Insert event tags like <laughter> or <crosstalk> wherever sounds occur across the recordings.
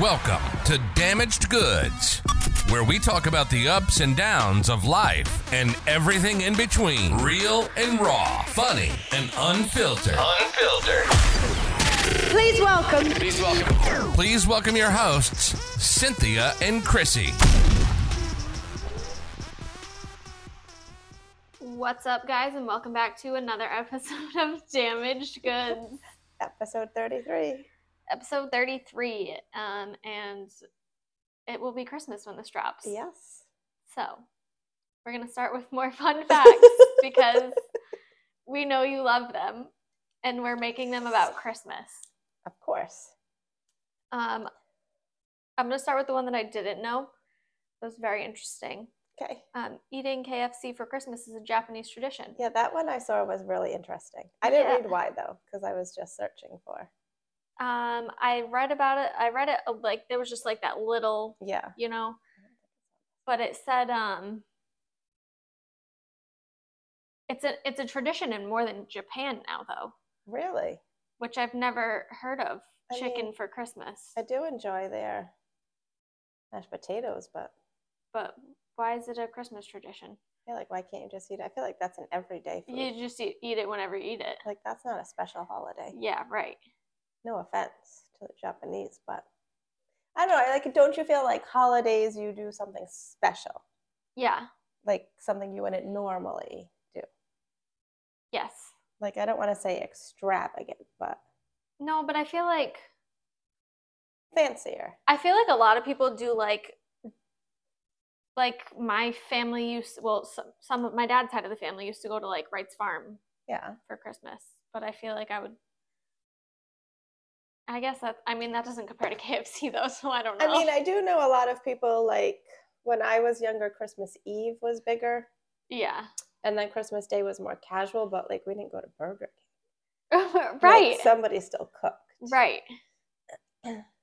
Welcome to Damaged Goods, where we talk about the ups and downs of life and everything in between. Real and raw, funny and unfiltered. Unfiltered. Please welcome. Please welcome your hosts, Cynthia and Chrissy. What's up, guys, and welcome back to another <laughs> episode of Damaged Goods, Episode 33. episode 33. Um, and it will be Christmas when this drops. Yes. So we're going to start with more fun <laughs> facts because we know you love them and we're making them about Christmas. Of course. Um, I'm going to start with the one that I didn't know. It was very interesting. Okay. Um, eating KFC for Christmas is a Japanese tradition. Yeah, that one I saw was really interesting. I didn't Yeah. read why though, because I was just searching for. Um, I read about it. I read it uh, like there was just like that little Yeah. you know. But it said um it's a it's a tradition in more than Japan now though, Really? which I've never heard of. I Chicken mean, for Christmas. I do enjoy their mashed potatoes, but But why is it a Christmas tradition? I feel like why can't you just eat it? I feel like that's an everyday food. You just e-, eat, eat it whenever you eat it. Like that's not a special holiday. Yeah, right. No offense to the Japanese, but I don't know. I Like, don't you feel like holidays you do something special, Yeah. like something you wouldn't normally do? Yes. like I don't want to say extravagant, but No, but I feel like fancier. I feel like a lot of people do like like my family used well some, some of my dad's side of the family used to go to like Wright's Farm Yeah. for Christmas, but I feel like I would. I guess that I mean that doesn't compare to <laughs> KFC though, so I don't know. I mean, I do know a lot of people like when I was younger, Christmas Eve was bigger, <laughs> yeah, and then Christmas Day was more casual. But like we didn't go to Burger King. Like, <laughs> right, somebody still cooked. <clears throat> right.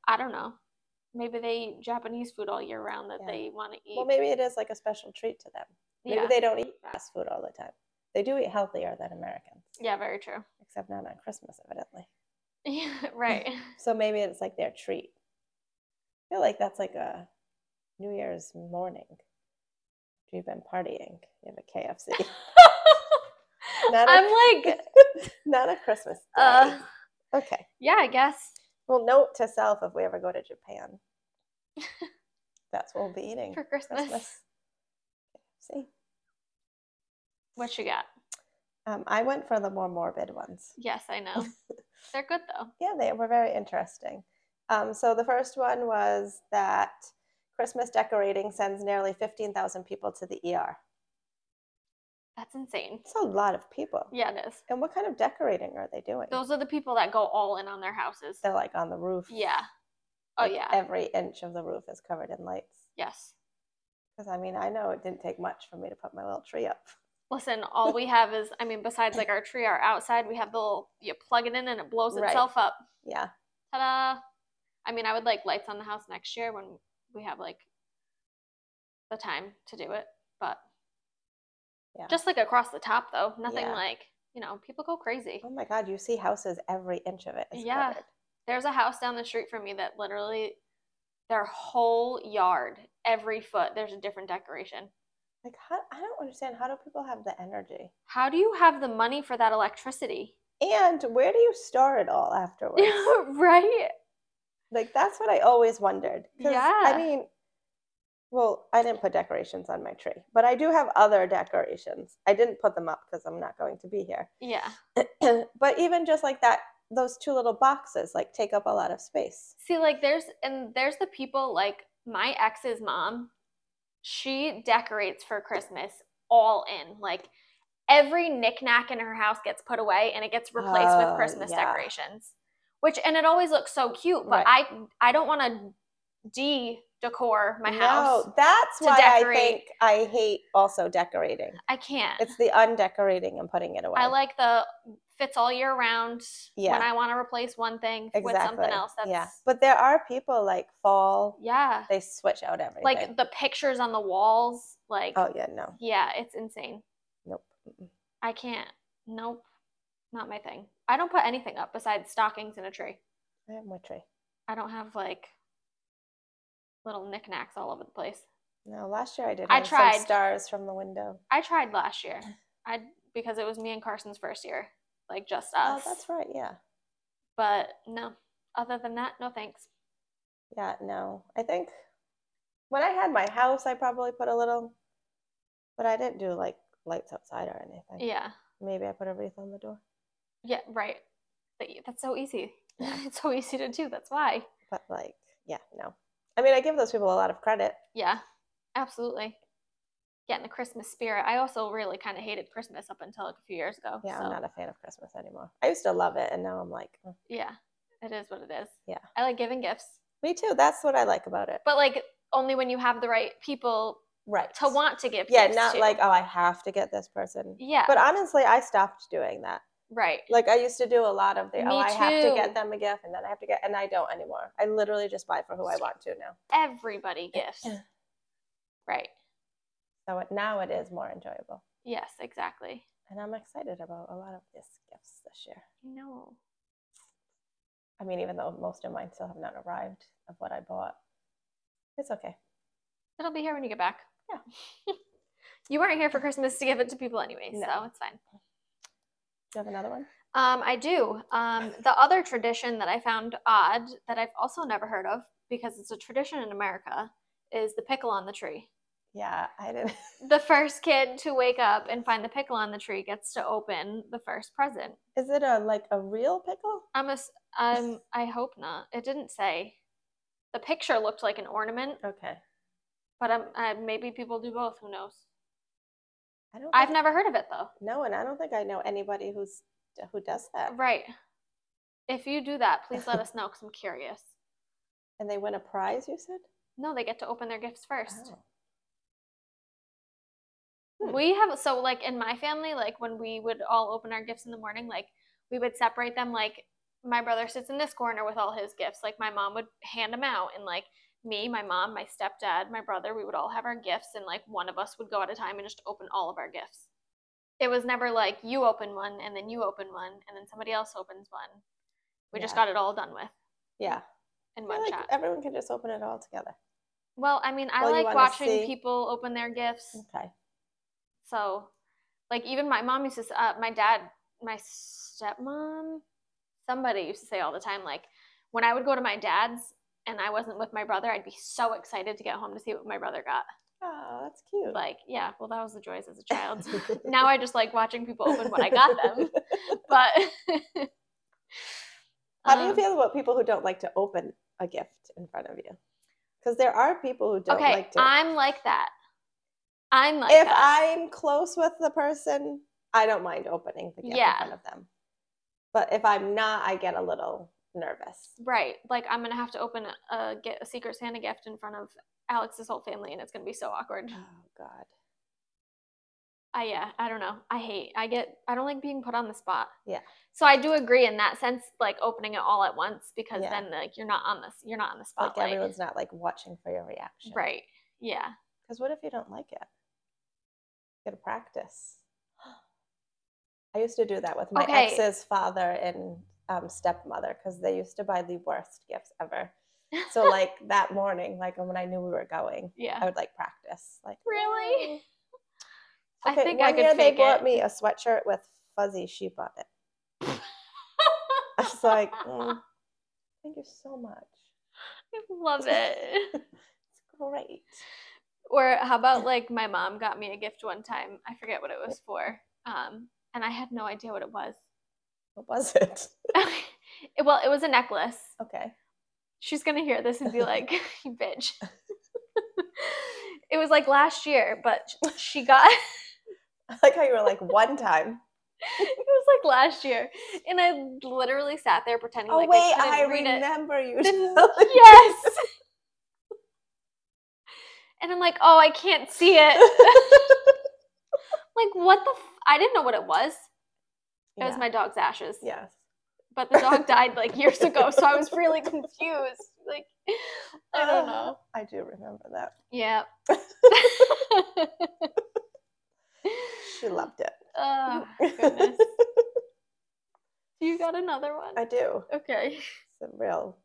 I don't know. Maybe they eat Japanese food all year round that Yeah. they want to eat. Well, maybe it is like a special treat to them. Maybe yeah, they don't eat fast food all the time. They do eat healthier than Americans, yeah, very true. <laughs> except not on Christmas, evidently. Yeah, right. So maybe it's like their treat. I feel like that's like a New Year's morning. If You've been partying. You have a KFC. <laughs> Not a- <laughs> I'm like, not a Christmas. Day. <laughs> uh, okay. yeah, I guess. Well, note to self if we ever go to <laughs> Japan, that's what we'll be eating For for Christmas. Christmas. See, What you got? um, I went for the more morbid ones. Yes, I know. <laughs> They're good though. Yeah, they were very interesting. Um, so the first one was that Christmas decorating sends nearly fifteen thousand people to the ER. That's insane. It's a lot of people. Yeah, it is. And what kind of decorating are they doing? Those are the people that go all in on their houses. They're like on the roof. Yeah. Oh Like, yeah. Every inch of the roof is covered in lights. Yes. Because I mean, I know it didn't take much for me to put my little tree up. Listen, all we have is I mean, besides like our tree, our outside, we have the little you plug it in and it blows Right. itself up. Yeah. Ta-da. I mean, I would like lights on the house next year when we have like the time to do it. But Yeah. just like across the top though. Nothing Yeah. like, you know, people go crazy. Oh my God, you see houses every inch of it. Is Yeah. Covered. There's a house down the street from me that literally their whole yard, every foot, there's a different decoration. Like, how, I don't understand. How do people have the energy? How do you have the money for that electricity? And where do you store it all <laughs> afterwards? right? like, that's what I always wondered. 'Cause, I Yeah. mean, well, I didn't put decorations on my tree, but I do have other decorations. I didn't put them up because I'm not going to be here. <clears throat> Yeah. but even just like that, those two little boxes like take up a lot of space. See, like there's and there's the people like my ex's mom, she decorates for Christmas all in. Like every knickknack in her house gets put away and it gets replaced Oh, with Christmas yeah. decorations. Which and it always looks so cute, but I I don't want to de decor my house. No, that's to why decorate. I think I hate also decorating. I can't. It's the undecorating and putting it away. I like the fits all year round. Yeah. When I want to replace one thing with something else, that's yeah. But there are people like fall, yeah. they switch out everything. Like the pictures on the walls, like oh yeah, no, yeah, it's insane. nope. Mm-mm. I can't. Nope. Not my thing. I don't put anything up besides stockings and a tree. I have my tree. I don't have like little knickknacks all over the place. No, last year I did. I have some tried. stars from the window. I tried <laughs> last year. I because it was me and Carson's first year, like just Oh, us. that's right. Yeah, But no, other than that, no thanks. yeah. No, I think when I had my house, I probably put a little, but I didn't do like lights outside or anything. Yeah, Maybe I put a wreath on the door, yeah, right. But y- that's so easy. <laughs> Yeah. it's so easy to do. That's why. but like, yeah, no. I mean, I give those people a lot of credit. Yeah, absolutely. Getting the Christmas spirit. I also really kind of hated Christmas up until like a few years ago. Yeah, so, I'm not a fan of Christmas anymore. I used to love it, and now I'm like, "Mm." yeah, it is what it is. Yeah. I like giving gifts, me too. That's what I like about it. but like only when you have the right people Right. to want to give. Yeah, gifts not to. like oh, I have to get this person. Yeah, But honestly, I stopped doing that. right. Like I used to do a lot of the Me oh I have to too. get them a gift and then I have to get and I don't anymore. I literally just buy for who I want to now. Everybody gifts. right. So it, now it is more enjoyable, Yes, exactly. and I'm excited about a lot of these gifts this year. No. I mean, even though most of mine still have not arrived of what I bought, it's okay. It'll be here when you get back. Yeah. <laughs> you weren't here for Christmas to give it to people anyway, No. so it's fine. Do you have another one? Um, I do. Um, the other tradition that I found odd that I've also never heard of because it's a tradition in America is the pickle on the tree. Yeah, I didn't. <laughs> The first kid to wake up and find the pickle on the tree gets to open the first present. Is it a like a real pickle? I'm a, s- um, I hope not. It didn't say. The picture looked like an ornament, Okay, but um, uh, maybe people do both. Who knows? I don't. I've think- never heard of it though. No, and I don't think I know anybody who's who does that. Right. If you do that, please let us know because I'm curious. And they win a prize. You said. No, they get to open their gifts first. Oh. Hmm. We have so like in my family, like when we would all open our gifts in the morning, like we would separate them. Like my brother sits in this corner with all his gifts. Like my mom would hand them out, and like me, my mom, my stepdad, my brother, we would all have our gifts, and like one of us would go at a time and just open all of our gifts. It was never like you open one and then you open one and then somebody else opens one. We just Yeah. got it all done with Yeah, in I one feel like shot. everyone can just open it all together. Well, I mean, I Well, you like wanna watching see- people open their gifts. Okay. So, like, even my mom used to, s- uh, my dad, my stepmom, somebody used to say all the time, like, when I would go to my dad's and I wasn't with my brother, I'd be so excited to get home to see what my brother got. Oh, that's cute. Like, yeah, well, that was the joys as a <laughs> child. now I just like watching people open what I got them. But <laughs> How do you Um, feel about people who don't like to open a gift in front of you? Because there are people who don't okay, like to. I'm like that. I'm like if that. I'm close with the person, I don't mind opening the gift Yeah. in front of them. But if I'm not, I get a little nervous. Right. Like I'm gonna have to open a, a get a Secret Santa gift in front of Alex's whole family, and it's gonna be so awkward. Oh God. I yeah. I don't know. I hate. I get. I don't like being put on the spot. Yeah. So I do agree in that sense, like opening it all at once, because Yeah. then like you're not on this. You're not on the Like spotlight. everyone's not like watching for your reaction. right. Yeah. Because what if you don't like it? You gotta practice. <gasps> I used to do that with my Okay. ex's father and um, stepmother because they used to buy the worst gifts ever. <laughs> So like that morning, like when I knew we were going, Yeah. I would like practice. Like Really? "Oh." I Okay, think one I could year they fake bought it. <laughs> me a sweatshirt with fuzzy sheep on it. I was <laughs> like, "Mm, thank you so much. I love it. <laughs> It's great. Or how about like my mom got me a gift one time. I forget what it was for. Um, and I had no idea what it was. <laughs> What was it? It- well, it was a necklace. Okay. She's gonna hear this <laughs> and be like, <laughs> "You bitch." it was like last year, but she got. <laughs> I like how you were like one time. it was like last year, and I literally sat there pretending. Oh like wait, I, I couldn't read it. remember you. Then- <laughs> telling me. <laughs> Yes. <laughs> and I'm like, "Oh, I can't see <laughs> it." like, what the? F- I didn't know what it was. It was Yeah. my dog's ashes. Yes. But the dog died like <laughs> years ago, so I was really confused. Like, I don't Uh, know. I do remember that. <laughs> Yeah. <laughs> She loved it. oh, <laughs> goodness. You got another one? I do. okay. It's a real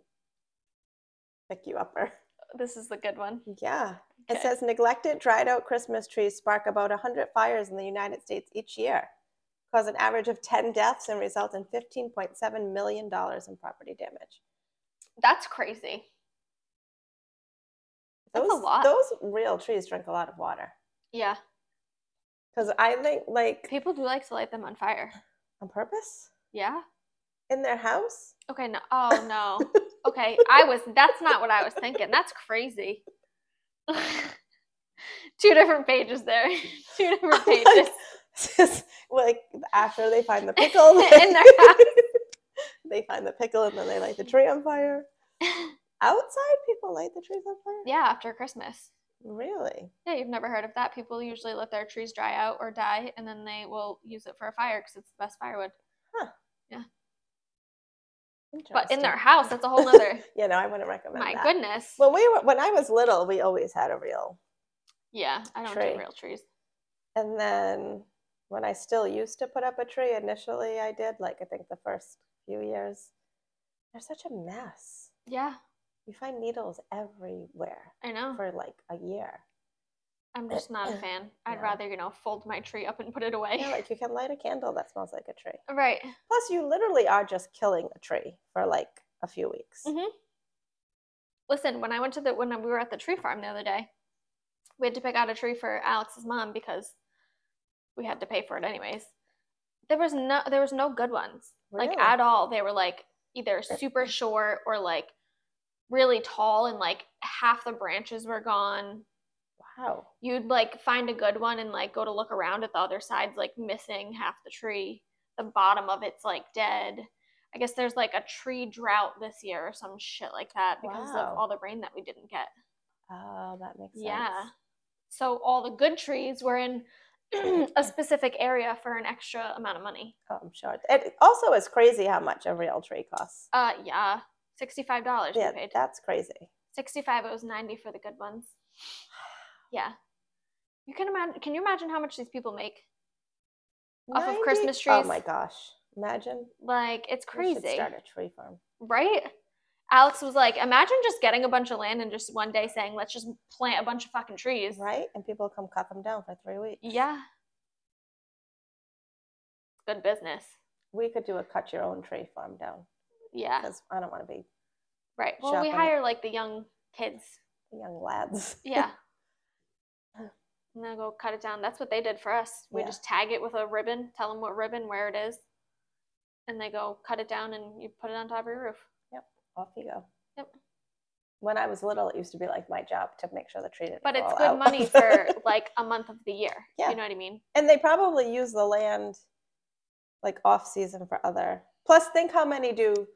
pick you upper. This is the good one. Yeah. Okay. It says neglected, dried out Christmas trees spark about 100 fires in the United States each year, cause an average of 10 deaths, and result in $15.7 million in property damage. That's crazy. That's a Those, lot. Those real trees drink a lot of water. Yeah. Because I think, like, People do like to light them on fire. on purpose? Yeah. In their <laughs> house? Okay, no. Oh <laughs> no. Okay, I was. That's not what I was thinking. That's crazy. <laughs> Two different pages there. <laughs> Two <laughs> Like, different pages. like, after they find the pickle, <laughs> In their house. <laughs> they find the pickle and then they light the tree on fire. Outside, people light the trees on fire? <laughs> yeah, after Christmas. Really? Yeah, you've never heard of that. People usually let their trees dry out or die, and then they will use it for a fire because it's the best firewood. But in their Interesting. house, that's <laughs> a whole nother. Yeah, no, I wouldn't recommend my that. goodness. When we were, when I was little, we always had a reel, yeah, I don't tree. do real trees. and then when I still used to put up a tree, initially I did. Like I think the first few years, they're such a mess. Yeah, You find needles everywhere I know. for like a <laughs> year. I'm just not <clears throat> a fan. I'd Yeah. rather you know fold my tree up and put it away. Yeah, like you can light a candle that smells like a tree. <laughs> right. Plus, you literally are just killing a tree for like a few weeks. Mhm. Listen, when I went to the when we were at the tree farm the other day, we had to pick out a tree for Alex's mom because we had to pay for it anyways. There was no there was no good ones. Like Really? at all. They were like either super short or like really tall and like half the branches were gone. Mm-hmm. Wow. You'd like find a good one and like go to look around at the other side's like missing half the tree. The bottom of it's like dead. I guess there's like a tree drought this year or some shit like that because Wow. of all the rain that we didn't get. Oh, that makes sense. Yeah. So all the good trees were in <clears throat> a specific area for an extra amount of money. Oh, I'm sure. It also is crazy how much a real tree costs. Uh yeah. Sixty five dollars Yeah, we paid. that's crazy. Sixty five it was ninety for the good ones. Yeah. You can imagine can you imagine how much these people make? off of 90 Christmas Oh trees. my gosh! Imagine Like it's we should crazy. start a tree farm. Right? Alex was like, imagine just getting a bunch of land and just one day saying, let's just plant a bunch of fucking trees. Right? And people come cut them down for three weeks. Yeah. Good business. We could do a cut your own tree farm down Yeah. because I don't want to be Right. Well, we shopping. hire like the young kids. young lads. <laughs> Yeah. and then go cut it down. That's what they did for us. We Yeah. just tag it with a ribbon, tell them what ribbon, where it is, and they go cut it down and you put it on top of your roof. Off you go. Yep. When I was little, it used to be like my job to make sure the tree didn't. But it's fall good out. <laughs> money for like a month of the year. Yeah. You know what I mean? and they probably use the land like off season for other. Plus, think how many do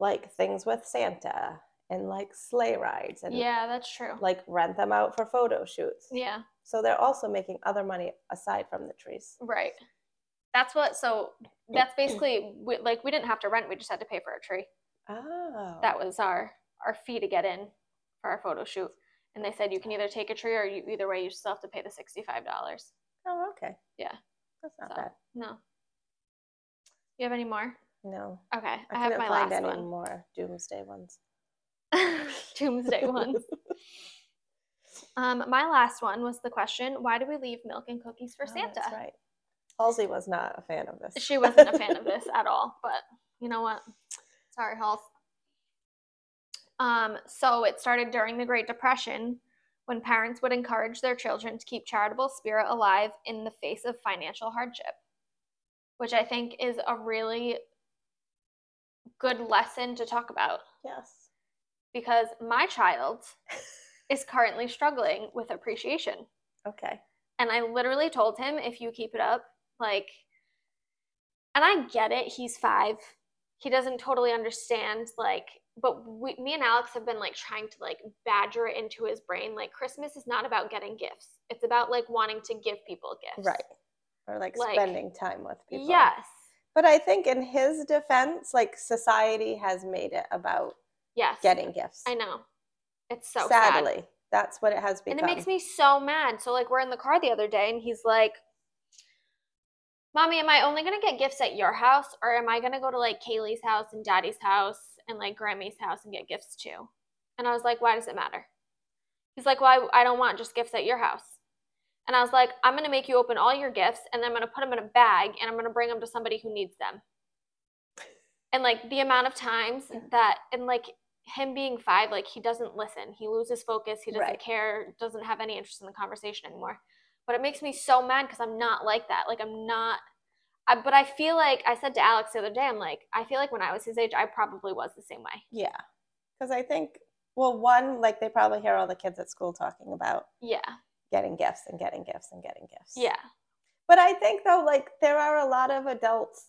like things with Santa and like sleigh rides and yeah, that's true. like rent them out for photo shoots. yeah. So they're also making other money aside from the trees. Right. That's what. So that's basically we, like we didn't have to rent. We just had to pay for a tree. Oh. That was our our fee to get in for our photo shoot. And they said you can either take a tree or you either way you still have to pay the sixty five dollars. oh, okay. Yeah. That's not So- bad. No. You have any more? No. Okay, I, I, have couldn't my find last any more doomsday ones. one. <laughs> <laughs> Doomsday ones. Um, my last one was the question: Why do we leave milk and cookies for Oh, Santa? That's right. Halsey was not a fan of this. She wasn't <laughs> a fan of this at all, but you know what? Sorry, Halls. Um, so it started during the Great Depression when parents would encourage their children to keep charitable spirit alive in the face of financial hardship, which I think is a really good lesson to talk about yes. because my child is currently struggling with appreciation. Okay. And I literally told him, if you keep it up, like, and I get it, he's five. He doesn't totally understand, like, but we, me and Alex have been like trying to like badger it into his brain. Like, Christmas is not about getting gifts, it's about like wanting to give people gifts. Right. Or like, Like- spending time with people. Yes. But I think in his defense, like society has made it about Yes. getting gifts. I know. It's so sad. Sadly, that's what it has become. And it makes me so mad. So like we're in the car the other day and he's like, Mommy, am I only gonna get gifts at your house or am I gonna go to like Kaylee's house and Daddy's house and like Grammy's house and get gifts too? And I was like, Why does it matter? He's like, "Well, I, I don't want just gifts at your house." And I was like, "I'm gonna make you open all your gifts, and then I'm gonna put them in a bag, and I'm gonna bring them to somebody who needs them." And like the amount of times that, and like him being five, like he doesn't listen. He loses focus. He doesn't Right. care. Doesn't have any interest in the conversation anymore. But it makes me so mad because I'm not like that. Like I'm not. I, but I feel like I said to Alex the other day, I'm like, I feel like when I was his age, I probably was the same way. Yeah. Because I think, well, one, like they probably hear all the kids at school talking about Yeah. getting gifts and getting gifts and getting gifts. Yeah. But I think, though, like there are a lot of adults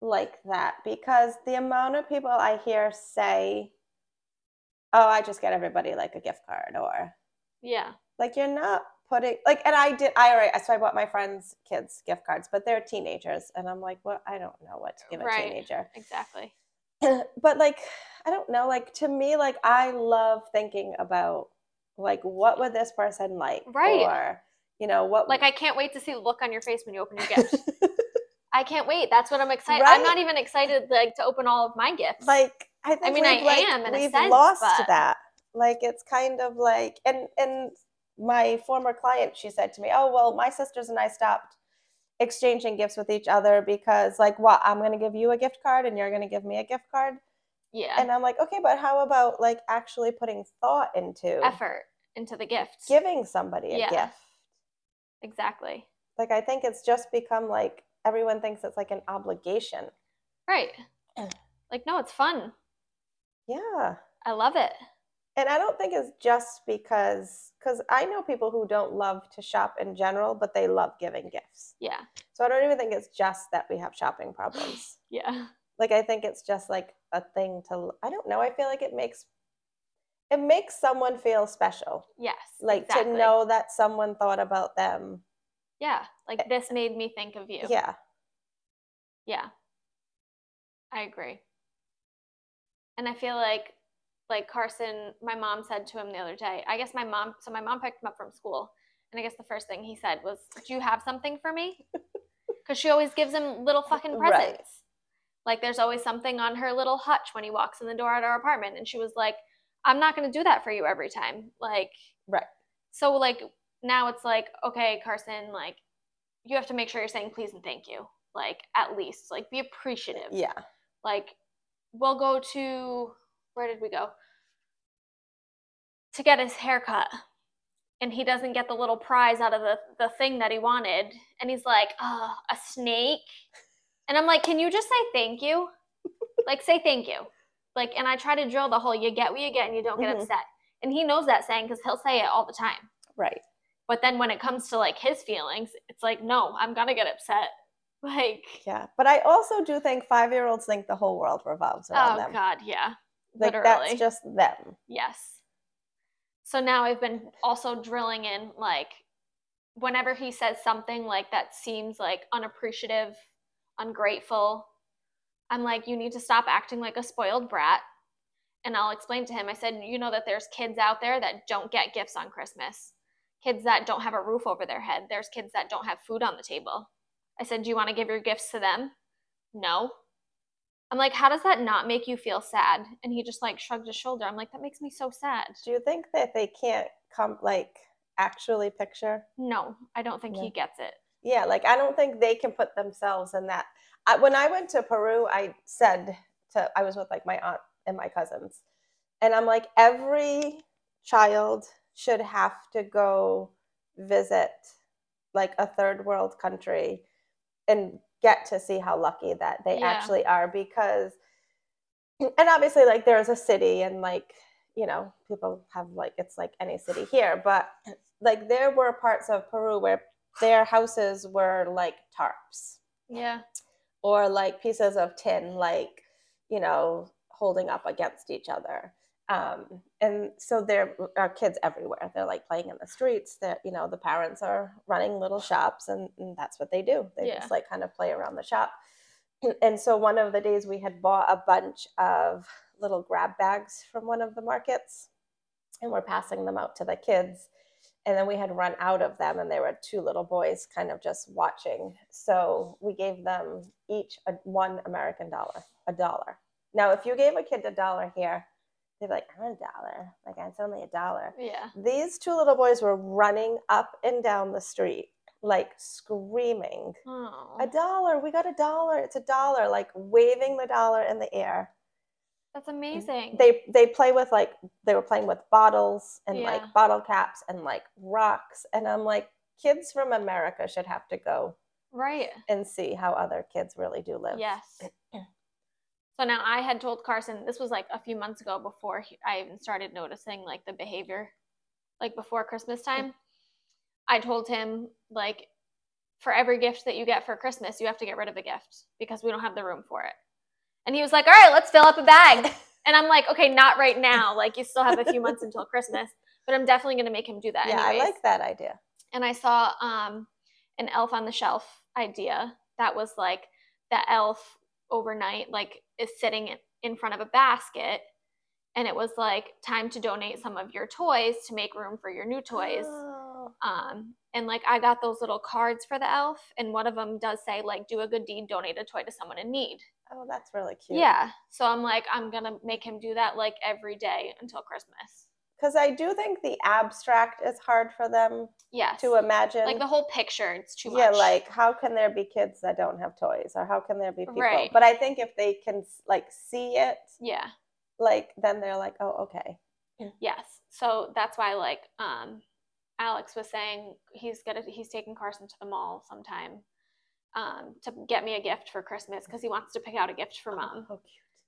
like that because the amount of people I hear say, oh, I just get everybody like a gift card or Yeah. like you're not putting like and i did i already so i bought my friends kids gift cards but they're teenagers and i'm like well i don't know what to give a Right. teenager Exactly. Uh, but like i don't know like to me like i love thinking about like what would this person like Right. or you know what Like I can't wait to see the look on your face when <laughs> you open your gift. I can't wait. That's what I'm excited. I'm Right? not even excited like to open all of my gifts. like i think mean, we've, I like, am in a we've sense, lost but- that like it's kind of like and and my former client she said to me oh well my sisters and i stopped exchanging gifts with each other because like what i'm going to give you a gift card and you're going to give me a gift card yeah. and i'm like okay but how about like actually putting thought into effort into the gift. giving somebody a Yeah. gift Exactly. like i think it's just become like everyone thinks it's like an obligation Right. Like no, it's fun. yeah I love it. And I don't think it's just because, because I know people who don't love to shop in general, but they love giving gifts. Yeah. So I don't even think it's just that we have shopping problems. Yeah. like I think it's just like a thing to. I don't know. I feel like it makes it makes someone feel special, Yes. like exactly. to know that someone thought about them. Yeah. Like this made me think of you. Yeah, Yeah. I agree. And I feel like like Carson, my mom said to him the other day. I guess my mom so my mom picked him up from school and I guess the first thing he said was, "Do you have something for me?" Cuz she always gives him little fucking Right. presents. Like there's always something on her little hutch when he walks in the door at our apartment and she was like, "I'm not going to do that for you every time." Like Right. So like now it's like, "Okay, Carson, like you have to make sure you're saying please and thank you." Like at least like be appreciative yeah. like we'll go to where did we go to get his haircut and he doesn't get the little prize out of the, the thing that he wanted and he's like oh a snake and i'm like can you just say thank you like say thank you like and i try to drill the whole you get what you get and you don't get Mhm. upset and he knows that saying because he'll say it all the time Right. but then when it comes to like his feelings it's like no i'm gonna get upset <laughs> like Yeah. But I also do think five year olds think the whole world revolves around oh them. god yeah Like literally that's just them. Yes. So now I've been also drilling in like whenever he says something like that seems like unappreciative, ungrateful, I'm like, you need to stop acting like a spoiled brat. And I'll explain to him, I said, you know that there's kids out there that don't get gifts on Christmas, kids that don't have a roof over their head, there's kids that don't have food on the table. I said, do you want to give your gifts to them? No. I'm like, how does that not make you feel sad? And he just like shrugged his shoulder. I'm like, that makes me so sad. Do you think that they can't come like actually picture? No, I don't think Yeah. he gets it. Yeah, like I don't think they can put themselves in that. I, when I went to Peru, I said to I was with like my aunt and my cousins, and I'm like every child should have to go visit like a third world country and get to see how lucky that they Yeah. actually are because and obviously like there's a city and like you know people have like it's like any city here but like there were parts of Peru where their houses were like tarps Yeah. or like pieces of tin, like, you know, holding up against each other. Um, and so there are kids everywhere. They're like playing in the streets. That you know, the parents are running little shops, and, and that's what they do. They Yeah. just like kind of play around the shop. And so one of the days we had bought a bunch of little grab bags from one of the markets, and we're passing them out to the kids. And then we had run out of them, and there were two little boys kind of just watching. So we gave them each a, one American dollar, a dollar. Now, if you gave a kid a dollar here, They'd be like, I'm a dollar. Like, it's only a dollar. Yeah. These two little boys were running up and down the street, like screaming, Oh, A dollar. We got a dollar. It's a dollar. Like, waving the dollar in the air. that's amazing. They they play with like they were playing with bottles and Yeah. like bottle caps and like rocks and I'm like kids from America should have to go right. and see how other kids really do live. <clears throat> Yes. So now I had told Carson this was like a few months ago before he, I even started noticing like the behavior, like before Christmas time. I told him like for every gift that you get for Christmas, you have to get rid of a gift because we don't have the room for it. And he was like, "All right, let's fill up a bag." <laughs> And I'm like, "Okay, not right now. Like you still have a few months until Christmas, but I'm definitely going to make him do that." Yeah, I anyways." like that idea. and I saw um, an elf on the shelf idea that was like the elf overnight like is sitting in- in front of a basket and it was like time to donate some of your toys to make room for your new toys Oh, um, and like i got those little cards for the elf and one of them does say like do a good deed donate a toy to someone in need oh, that's really cute. yeah so i'm like i'm gonna make him do that like every day until christmas Because I do think the abstract is hard for them yes to imagine. like the whole picture it's too much yeah, like how can there be kids that don't have toys, or how can there be people? Right. But I think if they can like see it, yeah like then they're like, oh, okay. Yes. So that's why like um Alex was saying he's gonna he's taking Carson to the mall sometime um to get me a gift for Christmas because he wants to pick out a gift for mom. Oh, cute.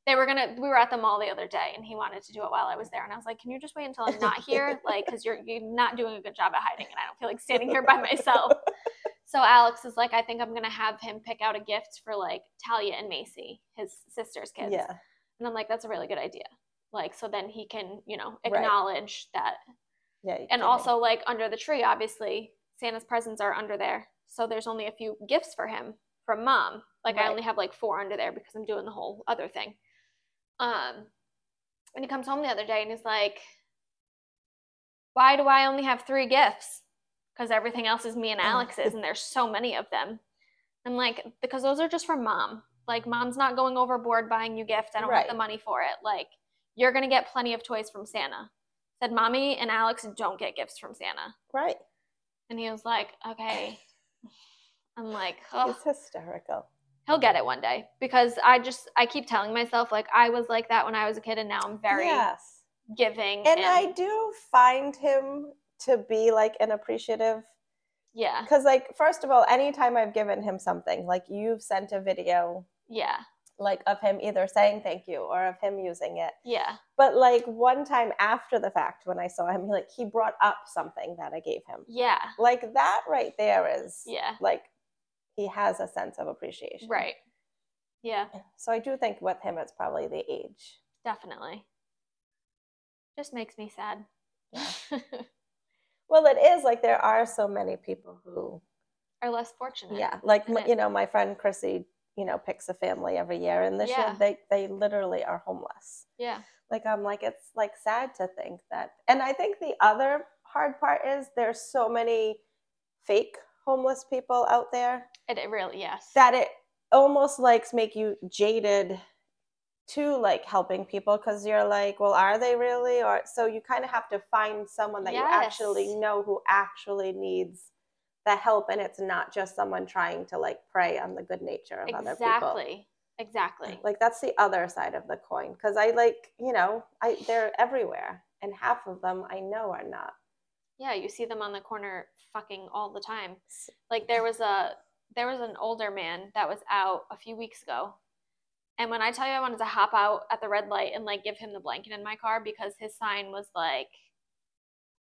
They were gonna we were at the mall the other day and he wanted to do it while I was there and I was like, Can you just wait until I'm <laughs> not here? Like, cause you're you're not doing a good job at hiding and I don't feel like standing here by myself. So Alex is like, I think I'm gonna have him pick out a gift for like Talia and Macy, his sister's kids. Yeah. And I'm like, that's a really good idea. Like, so then he can, you know, Right. acknowledge that. Yeah. you And kidding. also, like, under the tree, obviously, Santa's presents are under there. So there's only a few gifts for him from mom. Like, I Right. only have like four under there because I'm doing the whole other thing. Um, and he comes home the other day and he's like, why do I only have three gifts? Because everything else is me and Oh. Alex's, and there's so many of them. I'm like, because those are just for mom. Like, mom's not going overboard buying you gifts. I don't have the Right. money for it. Like, you're going to get plenty of toys from Santa. Said, Mommy and Alex don't get gifts from Santa. right. And he was like, okay. I'm like, oh, It's hysterical. he'll get it one day. Because I just, I keep telling myself, like, I was like that when I was a kid, and now I'm very yes. giving. And I do find him to be like an appreciative yeah, because like first of all anytime i've given him something like you've sent a video yeah, like of him either saying thank you or of him using it yeah, but like one time after the fact when i saw him he like he brought up something that i gave him yeah, like that right there is yeah, like he has a sense of appreciation right. Yeah. so i do think with him it's probably the age Definitely. Just makes me sad. well it is like there are so many people who <laughs> Or less fortunate. yeah like m- And it- you know my friend chrissy you know picks a family every year and this Yeah. year they they literally are homeless Yeah. like i'm like it's like sad to think that and i think the other hard part is there's so many fake homeless people out there It, it really, yes. that it almost likes make you jaded to like helping people because you're like well are they really or so you kind of have to find someone that you actually Yes. know who actually needs the help and it's not just someone trying to like prey on the good nature of other people exactly. Exactly. like that's the other side of the coin because i like you know i they're everywhere and half of them i know are not yeah, you see them on the corner fucking all the time. S- Like there was a there was an older man that was out a few weeks ago. And when I tell you I wanted to hop out at the red light and like give him the blanket in my car because his sign was like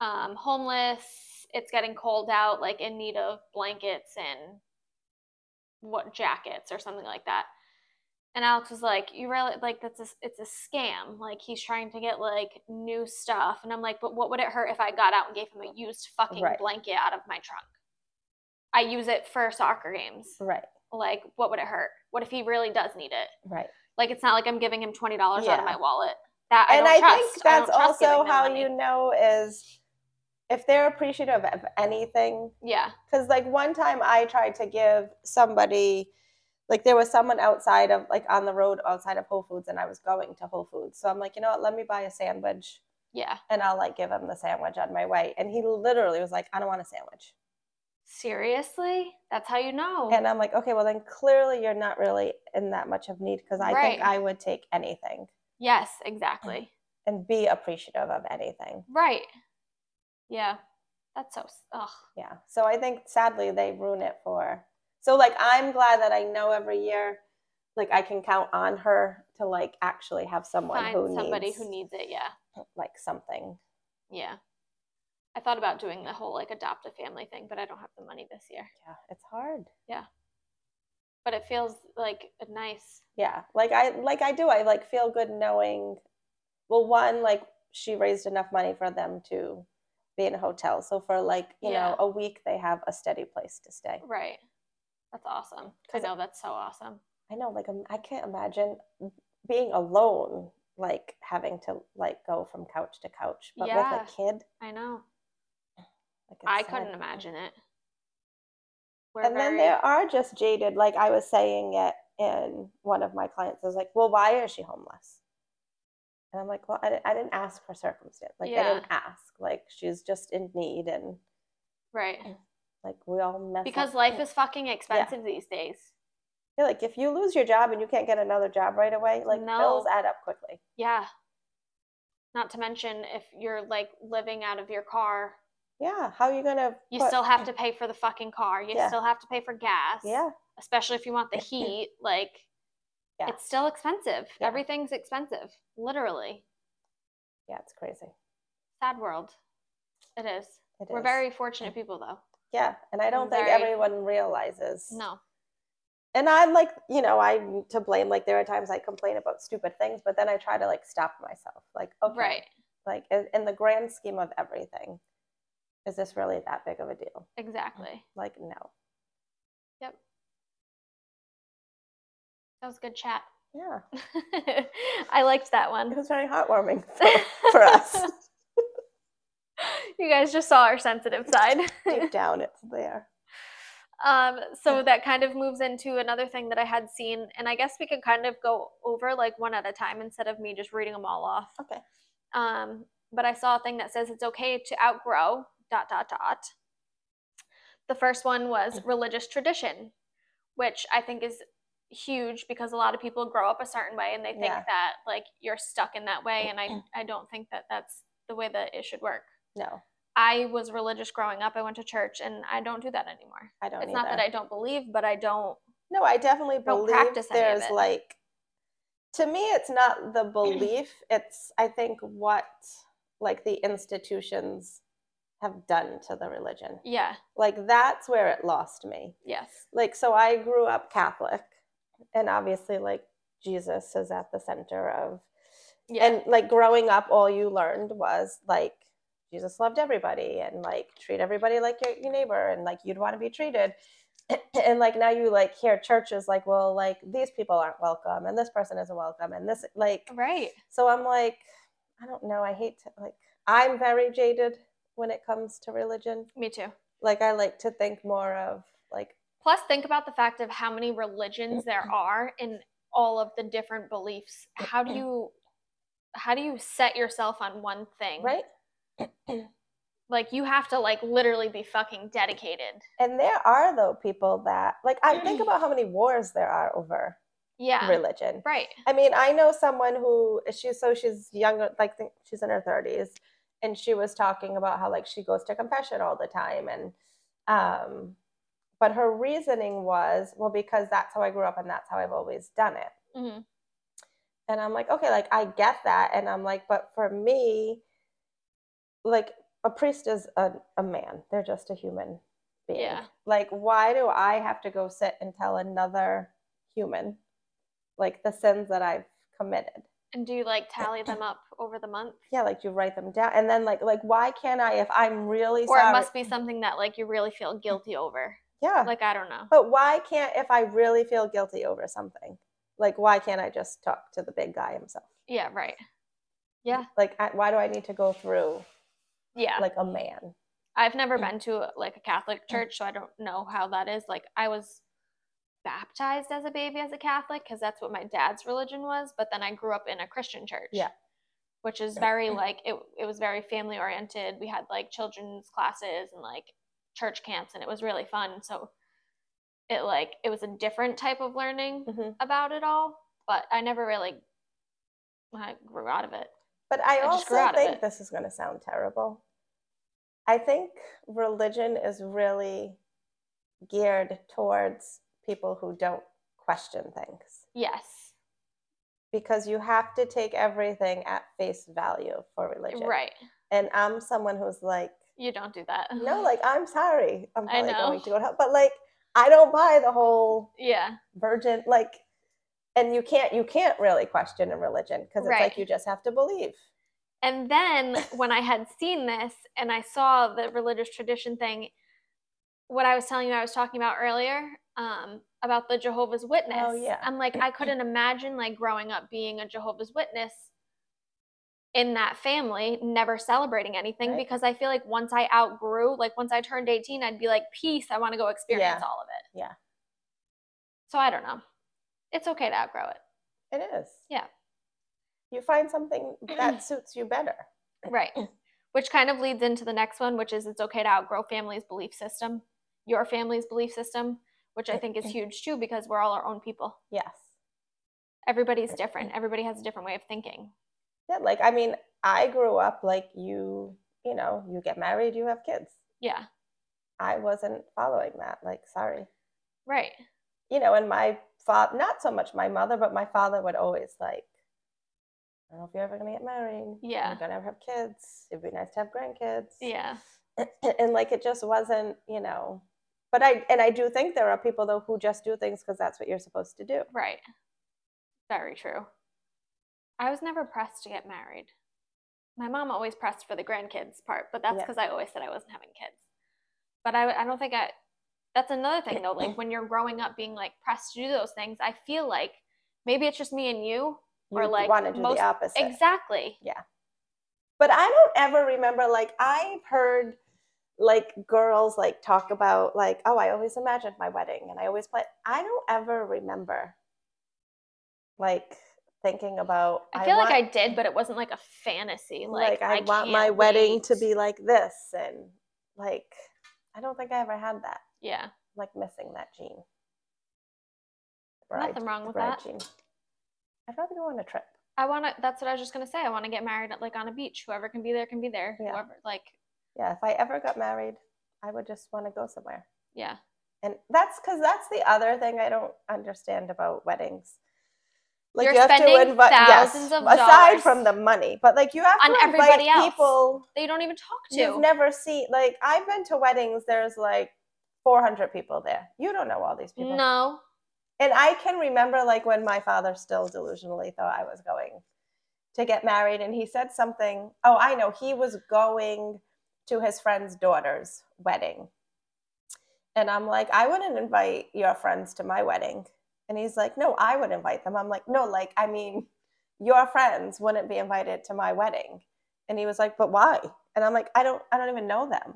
um homeless, it's getting cold out, like in need of blankets and what jackets or something like that. And Alex was like, "You really like that's a, it's a scam. Like he's trying to get like new stuff." And I'm like, "But what would it hurt if I got out and gave him a used fucking Right. blanket out of my trunk? I use it for soccer games. right Like what would it hurt? What if he really does need it? right Like it's not like I'm giving him twenty dollars out of Yeah. my wallet. That I and don't i trust. think I don't that's trust giving also them how money. you know is if they're appreciative of anything yeah because like one time i tried to give somebody like there was someone outside of like on the road outside of Whole Foods, and I was going to Whole Foods, so I'm like, you know what? Let me buy a sandwich, Yeah. and I'll like give him the sandwich on my way. And he literally was like, I don't want a sandwich. Seriously? That's how you know. And I'm like, okay, well then clearly you're not really in that much of need because I Right. think I would take anything yes, exactly. and be appreciative of anything. Right. Yeah. That's so. s- Ugh. Yeah. So I think sadly they ruin it for. So like I'm glad that I know every year, like I can count on her to like actually have someone Find who somebody needs who needs it. Yeah. like something. Yeah. I thought about doing the whole like adopt a family thing, but I don't have the money this year. Yeah, it's hard. But it feels like a nice. Yeah, like I like I do. I like feel good knowing. Well, one like she raised enough money for them to be in a hotel, so for like you Yeah. know a week they have a steady place to stay. Right. That's awesome. I 'Cause- know that's so awesome. I know, like I'm- I can't imagine being alone, like having to like go from couch to couch, but Yeah. with a kid, I know. like I it's hard. couldn't imagine it. We're And then very- there are just jaded, like I was saying it in one of my clients. I was like, "Well, why is she homeless?" And I'm like, "Well, I, di- I didn't ask for circumstance. Like I didn't ask. Like she's just in need, and right. like we all mess up Because life things." is fucking expensive these days. Yeah, like if you lose your job and you can't get another job right away, like No. bills add up quickly. Yeah. Not to mention if you're like living out of your car, Yeah, how are you gonna? you put- still have to pay for the fucking car. You Yeah. still have to pay for gas. Yeah, Especially if you want the heat, like Yeah. it's still expensive. Yeah. Everything's expensive. Literally. yeah, it's crazy. Sad world. It is. It We're is. very fortunate people though. yeah, and I don't think very- everyone realizes. No. and I'm like, you know, I'm to blame. Like there are times I complain about stupid things, but then I try to like stop myself. Like, okay, Right. Like in, in the grand scheme of everything, is this really that big of a deal? Exactly. Like, no. That was a good chat. Yeah, <laughs> I liked that it one. was very heartwarming for, <laughs> for us. <laughs> you guys just saw our sensitive side. Deep down, it's there. um, so that kind of moves into another thing that I had seen, and I guess we could kind of go over like one at a time instead of me just reading them all off. Okay. Um, but I saw a thing that says it's okay to outgrow dot dot dot. The first one Mm. was religious tradition, which I think is huge because a lot of people grow up a certain way and they think Yeah. that like you're stuck in that way, <clears throat> and I I don't think that that's the way that it should work. No, I was religious growing up. I went to church, and I don't do that anymore. I don't. it's not that either. I don't believe, but I don't. No, I definitely don't believe practice any of there's it. like to me it's not <clears throat> the belief, it's I think what like the institutions have done to the religion. Yeah. Like that's where it lost me. Yes. Like so I grew up Catholic and obviously like Jesus is at the center of Yeah. and like growing up all you learned was like jesus loved everybody and like treat everybody like your, your neighbor and like you'd want to be treated <clears throat> and like now you like hear churches like well like these people aren't welcome and this person isn't welcome and this like right. so i'm like i don't know i hate to like i'm very jaded when it comes to religion Me too. like i like to think more of like Plus, think about the fact of how many religions <clears throat> there are and all of the different beliefs. How do you, how do you set yourself on one thing? right Like you have to like literally be fucking dedicated. and there are though people that like i think about how many wars there are over Mm-hmm. Yeah. religion Right. I mean, I know someone who she's so she's younger, like think she's in her thirties, and she was talking about how like she goes to confession all the time, and um, but her reasoning was well because that's how I grew up and that's how I've always done it, hmm and I'm like okay, like I get that, and I'm like but for me, like a priest is a, a man, they're just a human being. Yeah. Like why do I have to go sit and tell another human like the sins that I've committed? And do you like tally them up over the month? yeah like you write them down and then like like why can't i if i'm really Or sorry it must be something that like you really feel guilty over. yeah Like I don't know. but why can't if i really feel guilty over something like why can't i just talk to the big guy himself Yeah. Right. Yeah. like I, why do i need to go through Yeah. like a man I've never been to like a Catholic church, so I don't know how that is. Like I was baptized as a baby as a Catholic because that's what my dad's religion was. But then I grew up in a Christian church. Yeah. Which is very like it it was very family oriented. We had like children's classes and like church camps and it was really fun. So it like it was a different type of learning Mhm. about it all, but I never really I grew out of it. But I, I just grew also out of think it. this is going to sound terrible. I think religion is really geared towards people who don't question things Yes. because you have to take everything at face value for religion. Right. And I'm someone who's like, You don't do that. <sighs> <laughs> no, like, I'm sorry. I'm I probably know. going to go to hell. But like, I don't buy the whole Yeah. virgin, like, and you can't you can't really question in religion because it's Right. like you just have to believe. And then when I had seen this and I saw the religious tradition thing, what I was telling you I was talking about earlier um, about the Jehovah's Witness. Oh, yeah. I'm like, I couldn't imagine like growing up being a Jehovah's Witness in that family, never celebrating anything Right. because I feel like once I outgrew, like once I turned 18, I'd be like, peace, I want to go experience Yeah. all of it. Yeah. So I don't know. It's okay to outgrow it. It is. Yeah. You find <clears throat> something that suits you better. Right. Which kind of leads into the next one, which is it's okay to outgrow family's belief system, your family's belief system, which I think is huge too because we're all our own people. Yes. Everybody's different. Everybody has a different way of thinking. Yeah, like I mean, I grew up like you, you know, you get married, you have kids. Yeah. I wasn't following that. Like, sorry. Right. You know, and my father, not so much my mother, but my father would always like, I don't know if you're ever going to get married. Yeah. You're going to ever have kids. It'd be nice to have grandkids. Yeah. <clears throat> and like it just wasn't, you know, but I, and I do think there are people though who just do things because that's what you're supposed to do. Right. Very true. I was never pressed to get married. My mom always pressed for the grandkids part, but that's Yeah. because I always said I wasn't having kids. But I, I don't think I. That's another thing though. Like when you're growing up, being like pressed to do those things, I feel like maybe it's just me and you. You Or, like, want to do most- the opposite. Exactly. but I don't ever remember like I've heard like girls like talk about like oh I always imagined my wedding and I always plan. I don't ever remember like thinking about I feel like want- I did, but it wasn't like a fantasy. like, Like, I, want can't my wedding to wait. be like this and like I don't think I ever had that Yeah. like missing that gene. Nothing wrong the with bride that. Gene. I'd rather go on a trip. I want to. That's what I was just gonna say. I want to get married at, like on a beach. Whoever can be there can be there. Yeah. Whoever like Yeah, if I ever got married, I would just want to go somewhere. yeah. and that's because that's the other thing I don't understand about weddings. You're spending invi- thousands of aside dollars from the money, but like you have on to everybody invite else people They don't even talk to. you've never seen. Like I've been to weddings. There's like 400 people there. You don't know all these people. No. And I can remember like when my father still delusionally thought I was going to get married and he said something. Oh, I know. He was going to his friend's daughter's wedding. And I'm like, I wouldn't invite your friends to my wedding. And he's like, No, I would invite them. I'm like, No, like, I mean, your friends wouldn't be invited to my wedding. And he was like, But why? And I'm like, I don't, I don't even know them.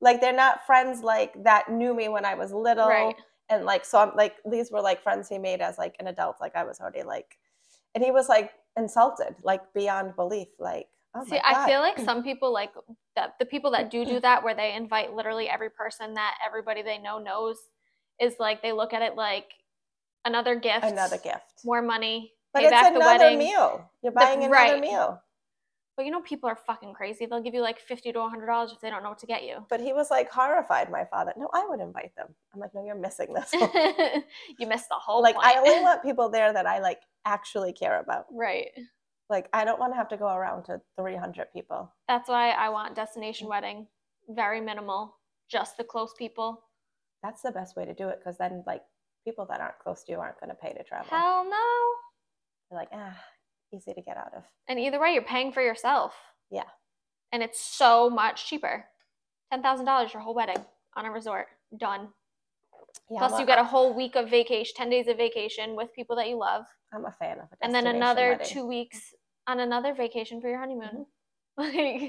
Like, they're not friends like that knew me when I was little Right. and like so i'm like these were like friends he made as like an adult like i was already like and he was like insulted like beyond belief like oh See, my I God. feel <clears throat> like some people like that the people that do do that where they invite literally every person that everybody they know knows is like they look at it like another gift, another gift more money, but pay it's back the another wedding. meal you're The- buying another right. meal But you know people are fucking crazy. They'll give you like 50 to 100 dollars if they don't know what to get <laughs> you. but he was like horrified my father no i would invite them i'm like no you're missing <laughs> this one. you missed the whole Oh. like i point. <laughs> only want people there that i like actually care about right. like i don't want to have to go around to 300 people That's why I want destination wedding, very minimal, just the close people. that's the best way to do it because then like people that aren't close to you aren't going to pay to travel Hell no. You're like ah easy to get out of And either way, you're paying for yourself. Yeah. And it's so much cheaper. Ten thousand dollars your whole wedding on a resort. Done. Yeah, Plus I'm you get a whole week of vacation, ten days of vacation with people that you love, I'm a fan of it. and then another two weeks on another vacation for your honeymoon. <laughs> Like Mm-hmm.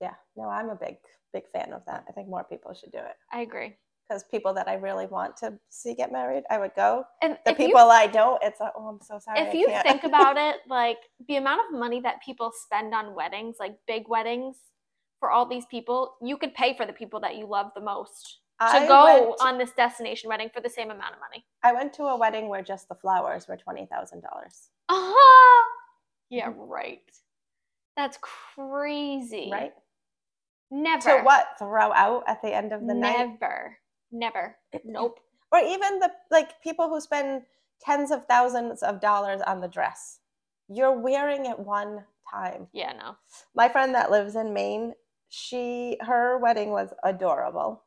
Yeah, no, I'm a big, big fan of that. I think more people should do it I agree. because people that I really want to see get married, I would go. And The if you- people I don't, it's like, oh, I'm so sorry. if I you can't." <laughs> think about it, like the amount of money that people spend on weddings, like big weddings for all these people, you could pay for the people that you love the most to I go went- on this destination wedding for the same amount of money. I went to a wedding where just the flowers were twenty thousand dollars. Uh-huh. Yeah, Mm-hmm. right. That's crazy. Right? Never. To what? Throw out at the end of the night, Never. Never. Nope. or even the like people who spend tens of thousands of dollars on the dress. You're wearing it one time. Yeah, no. my friend that lives in Maine, she her wedding was adorable.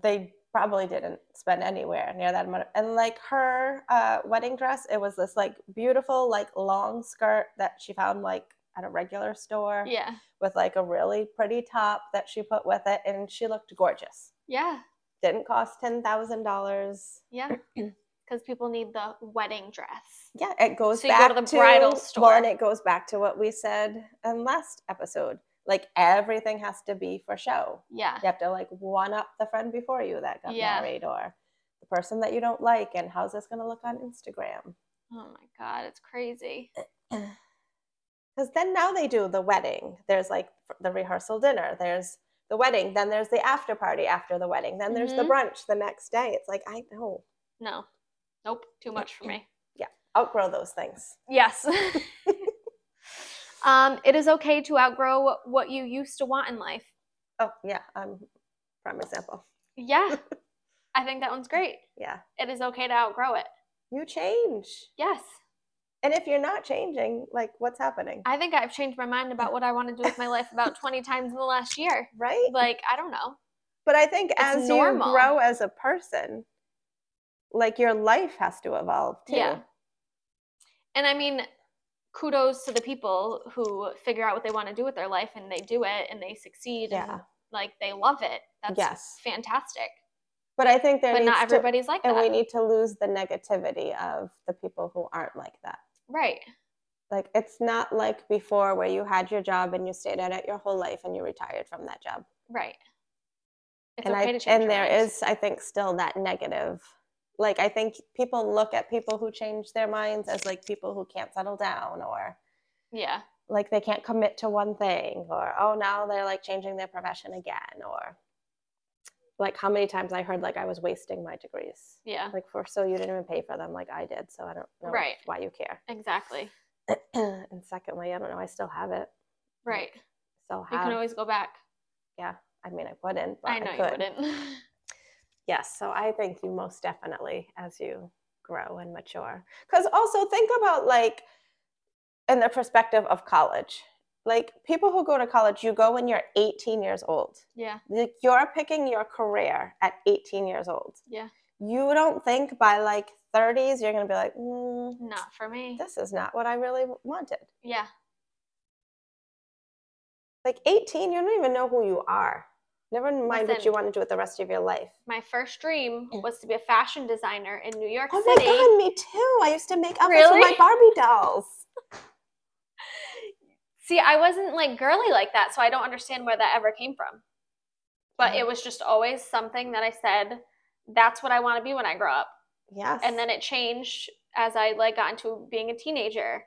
They probably didn't spend anywhere near that amount. And like her uh, wedding dress, it was this like beautiful like long skirt that she found like at a regular store Yeah. with like a really pretty top that she put with it, and she looked gorgeous. Yeah. Didn't cost ten thousand dollars. <clears throat> Yeah. Because people need the wedding dress. Yeah, it goes So you back go to the bridal Well, store. and it goes back to what we said in last episode. Like everything has to be for show. Yeah. You have to like one up the friend before you that got Yeah. married or the person that you don't like and how's this going to look on <sighs> Instagram? Oh my God. It's crazy. Because then now they do the wedding. There's like f- the rehearsal dinner. There's the wedding. Then there's the after party after the wedding. Then there's Mhm. the brunch the next day. It's like, I know, No. Nope. Too much for me. outgrow those things. Yes. <laughs> um, it is okay to outgrow what you used to want in life. Oh, yeah. I'm prime example. <laughs> Yeah. I think that one's great. Yeah. It is okay to outgrow it. You change. Yes. And if you're not changing, like what's happening? I think I've changed my mind about what I want to do with my life about 20 times in the last year. right? Like, I don't know. But I think It's as normal. you grow as a person, like your life has to evolve too. Yeah. And I mean, kudos to the people who figure out what they want to do with their life and they do it and they succeed Yeah. and like they love it. That's Yes. fantastic. But I think there But needs not everybody's like to, and that. we need to lose the negativity of the people who aren't like that. right. Like it's not like before where you had your job and you stayed at it your whole life and you retired from that job. Right. It's and okay I to change. and your there is, mind. I think still that negative. Like I think people look at people who change their minds as like people who can't settle down or Yeah. like they can't commit to one thing or oh now they're like changing their profession again or like how many times I heard like I was wasting my degrees. Yeah. like for so you didn't even pay for them like I did, so I don't know Right. why you care. <clears throat> Exactly. and secondly, I don't know, I still have it. Right. Still You have. can always go back. I mean, I wouldn't, but I I, know could. you wouldn't. <laughs> Yes, so I think you most definitely as you grow and mature. Cuz also think about like in the perspective of college. Like people who go to college, you go when you're 18 years old. yeah. Like you're picking your career at 18 years old. Yeah. You don't think by like 30s you're going to be like, mm, Not for me. this is not what I really w- wanted. Yeah. Like 18, you don't even know who you are. Never mind what Listen. you want to do with the rest of your life. My first dream was to be a fashion designer in New York Oh my City. god, me too. I used to make outfits for Really? my Barbie dolls. See, I wasn't like girly like that, so I don't understand where that ever came from. But Yeah. it was just always something that I said, that's what I want to be when I grow up. Yes. And then it changed as I like got into being a teenager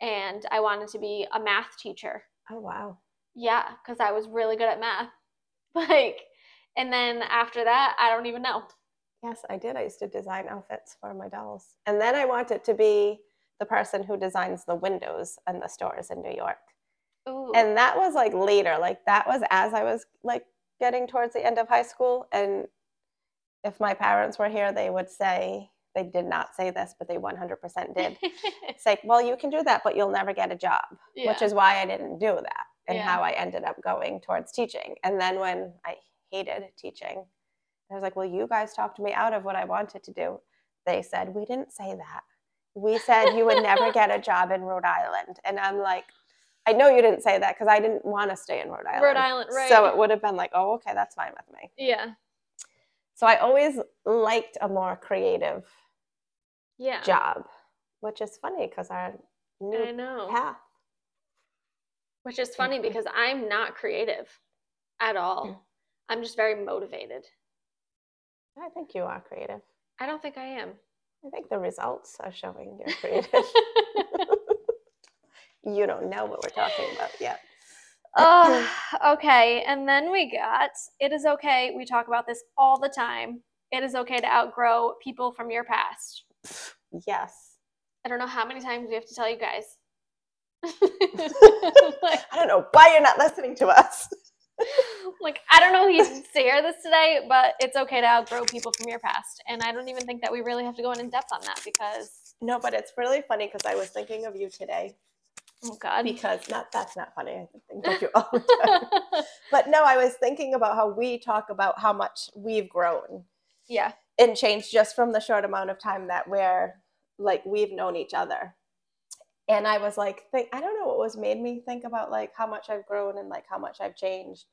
and I wanted to be a math teacher. oh wow. Yeah, because I was really good at math. <laughs> Like, and then after that, I don't even know. Yes, I did. I used to design outfits for my dolls. And then I wanted to be the person who designs the windows in the stores in New York. Ooh. And that was like later. Like that was as I was like getting towards the end of high school. And if my parents were here, they would say, they did not say this, but they 100% <laughs> did. It's like, well, you can do that, but you'll never get a job, yeah. which is why I didn't do that and Yeah. how I ended up going towards teaching. And then when I hated teaching, I was like, well, you guys talked me out of what I wanted to do. They said, we didn't say that. We said you would <laughs> never get a job in Rhode Island. And I'm like, I know you didn't say that because I didn't want to stay in Rhode Island. Island, So right. it would have been like, oh, okay, that's fine with me. yeah. So I always liked a more creative Yeah. job, which is funny because our new I know. path Which is funny Mm. because I'm not creative at all. I'm just very motivated. I think you are creative. I don't think I <laughs> am. I think the results are showing you're creative. <laughs> you don't know what we're talking about yet. oh, okay. And then we got it is okay. We talk about this all the time. It is okay to outgrow people from your past. Yes. I don't know how many times we have to tell you guys. <laughs> like, I don't know why you're not listening to us. <laughs> like, I don't know if you should hear this today, but it's okay to outgrow people from your past. And I don't even think that we really have to go in depth on that because, No, but it's really funny because I was thinking of you today oh God. <laughs> because not that's not funny. I think of you all the time. But no, I was thinking about how we talk about how much we've grown yeah. and changed just from the short amount of time that we're like we've known each other. And I was like, think, I don't know what was made me think about like how much I've grown and like how much I've changed.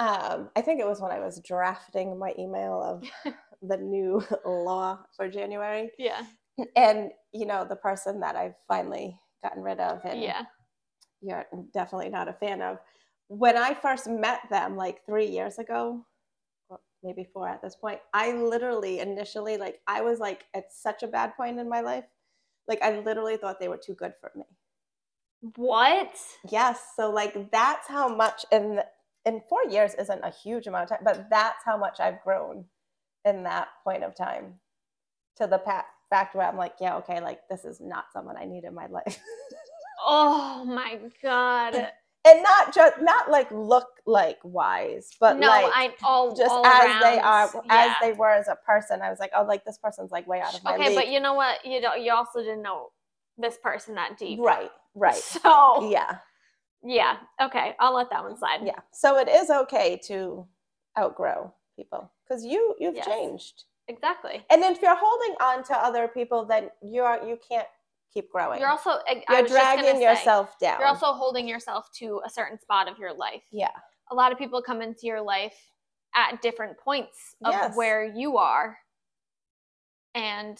Um, I think it was when I was drafting my email of the new law for January, Yeah. and you know the person that I've finally gotten rid of, and Yeah. you're definitely not a fan of. When I first met them, like three years ago, or maybe four at this point, I literally initially, like, I was like at such a bad point in my life. Like, I literally thought they were too good for me. What? Yes. So, like, that's how much in, the, in four years isn't a huge amount of time, but that's how much I've grown in that point of time to the pa- fact where I'm like, yeah, okay, like, this is not someone I need in my life. <laughs> Oh my God. and not just not like look like wise, but no, like I all just all as they around, are, as yeah. they were as a person. I was like, oh, like this person's like way out of my okay, but league. you know what? You don't. You also didn't know this person that deep, right, right, <laughs> So <laughs> yeah, yeah. Okay, I'll let that one slide. yeah. So it is okay to outgrow people because you you've Yes. changed, exactly. and if you're holding on to other people, then you are you can't keep growing. You're also I- I You're was just gonna dragging say, yourself down. You're also holding yourself to a certain spot of your life. yeah, A lot of people come into your life at different points of Yes. where you are, and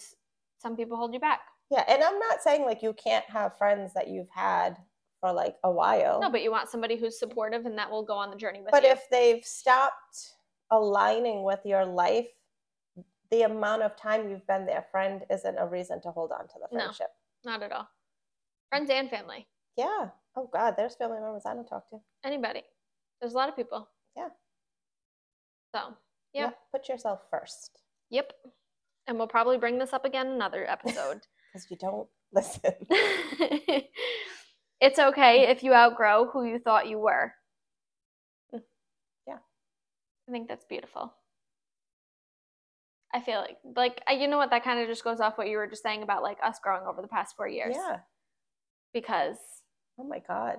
some people hold you back. yeah. And I'm not saying like you can't have friends that you've had for like a while. No, but you want somebody who's supportive and that will go on the journey with but you. if they've stopped aligning with your life the amount of time you've been their friend isn't a reason to hold on to the No. friendship Not at all. Friends and family. yeah oh god there's family members i don't talk to anybody. There's a lot of people. Yeah. So, Yeah. put yourself first yep. And we'll probably bring this up again <laughs> another episode. because you don't listen it's okay if you outgrow who you thought you were. Mm. Yeah. I think that's beautiful. I feel like like I- you know what that kind of just goes off what you were just saying about like us growing over the past 4 years yeah because oh my god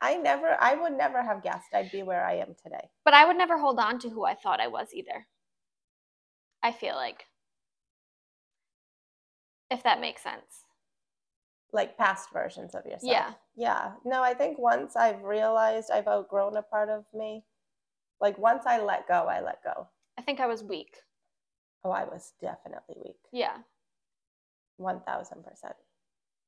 i never i would never have guessed i'd be where i am today but I would never hold on to who I thought I was either. I feel like if that makes sense. like past versions of yourself Yeah. yeah no i think once i've realized i've outgrown a part of me like once i let go i let go I think I was weak. oh i was definitely weak Yeah. one thousand percent.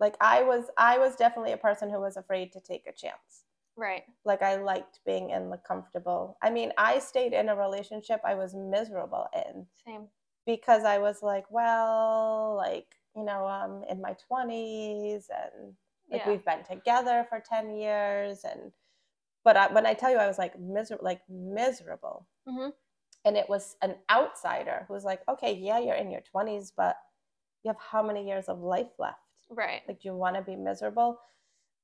Like I was, I was definitely a person who was afraid to take a chance. Right. Like I liked being in the comfortable. I mean, I stayed in a relationship I was miserable in Same. because I was like, well, like you know, I'm in my twenties and like Yeah. we've been together for ten years and. But I, when I tell you, I was like miserable, like miserable, Mhm. and it was an outsider who was like, "Okay, yeah, you're in your twenties, but you have how many years of life left? Right. like do you want to be miserable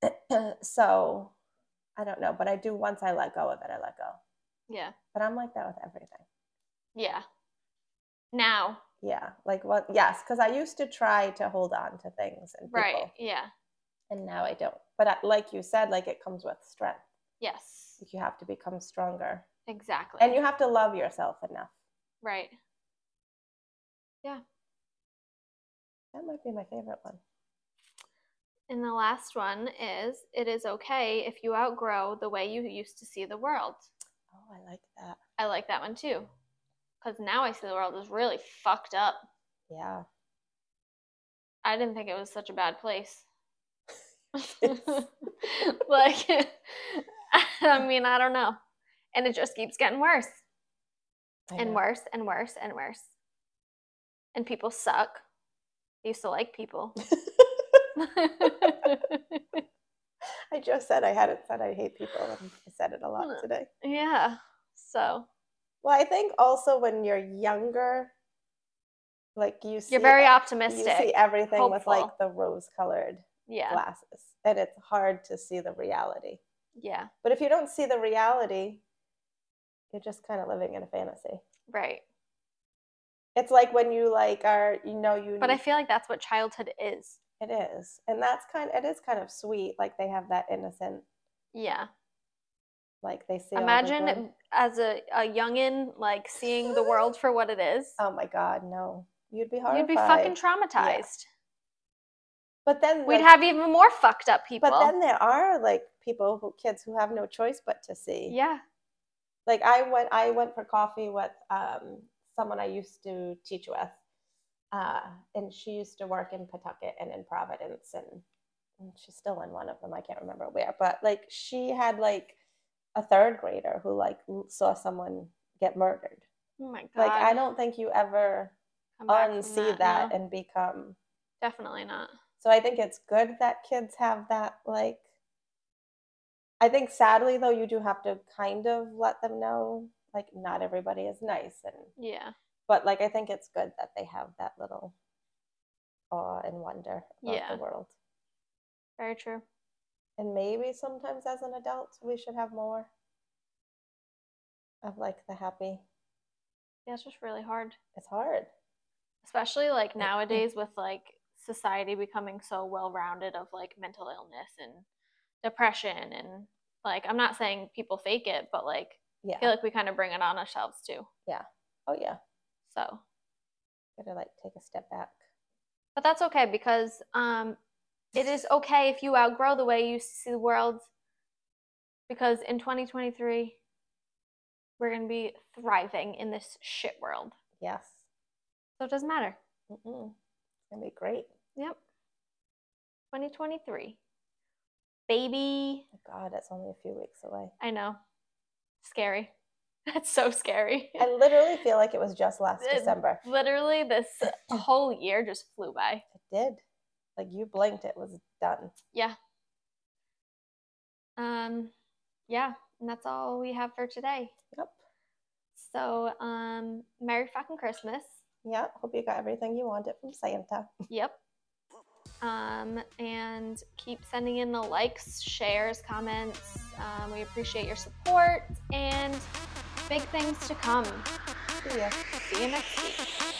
<clears throat> so i don't know but i do once i let go of it i let go Yeah. but i'm like that with everything Yeah. Now. yeah like what yes because i used to try to hold on to things and people, Right. Yeah. and now i don't but I, like you said like it comes with strength Yes. like you have to become stronger Exactly. and you have to love yourself enough right. that might be my favorite one And the last one is it is okay if you outgrow the way you used to see the world. oh i like that I like that one too. Cuz now I see the world is really fucked up. yeah I didn't think it was such a bad <laughs> place. <laughs> It's- like, I mean, I don't know. And it just keeps getting worse. I and know. worse and worse and worse. And people suck. I used to like <laughs> people. <laughs> I just said I hadn't said I hate people. And I said it a lot Huh. today. yeah. So Well, I think also when you're younger, like you see, you're very you see optimistic. everything with like hopeful. the rose-colored Yeah. glasses, and it's hard to see the reality. Yeah. But if you don't see the reality, you're just kind of living in a fantasy. Right. It's like when you like are you know you But I need- feel like that's what childhood is. it is, and that's kind. It is kind of sweet. Like they have that innocent. Yeah. Like they see. all the good- Imagine as a, a youngin, like seeing the world for what it <laughs> is. Oh my God, no! You'd be horrified. You'd be fucking traumatized. But then We'd like, have even more fucked up people. But then there are like people who kids who have no choice but to see. yeah. Like I went I went for coffee with um, someone I used to teach with. Uh, and she used to work in Pawtucket and in Providence and, and she's still in one of them. I can't remember where, but like she had like a third grader who like l- saw someone get murdered. Oh my god. Like I don't think you ever Come back from unsee that, no. and become Definitely not. So I think it's good that kids have that like I think sadly though you do have to kind of let them know like not everybody is nice and Yeah. but like I think it's good that they have that little awe and wonder about Yeah. the world. Very true. And maybe sometimes as an adult we should have more of like the happy. Yeah, it's just really hard. It's hard. Especially like Yeah. nowadays with like society becoming so well rounded of like mental illness and depression and like I'm not saying people fake it, but like I feel Yeah. like we kind of bring it on ourselves too. Oh yeah. So Gotta like take a step back. but that's okay because um it is okay if you outgrow the way you see the world because in 2023 we're going to be thriving in this shit world Yes. so it doesn't matter Mm-mm. It's gonna be great. yep 2023 baby Oh, God, that's only a few weeks away. i know scary <laughs> that's so scary <laughs> I literally feel like it was just last It- December. literally this whole year just flew by It did. Like you blinked, it was done. um yeah and that's all we have for today Yep. So, um, Merry fucking Christmas. Yep. Hope you got everything you wanted from Santa. Yep. Um, and keep sending in the likes, shares, comments. Um, we appreciate your support and big things to come. See ya. See you next week.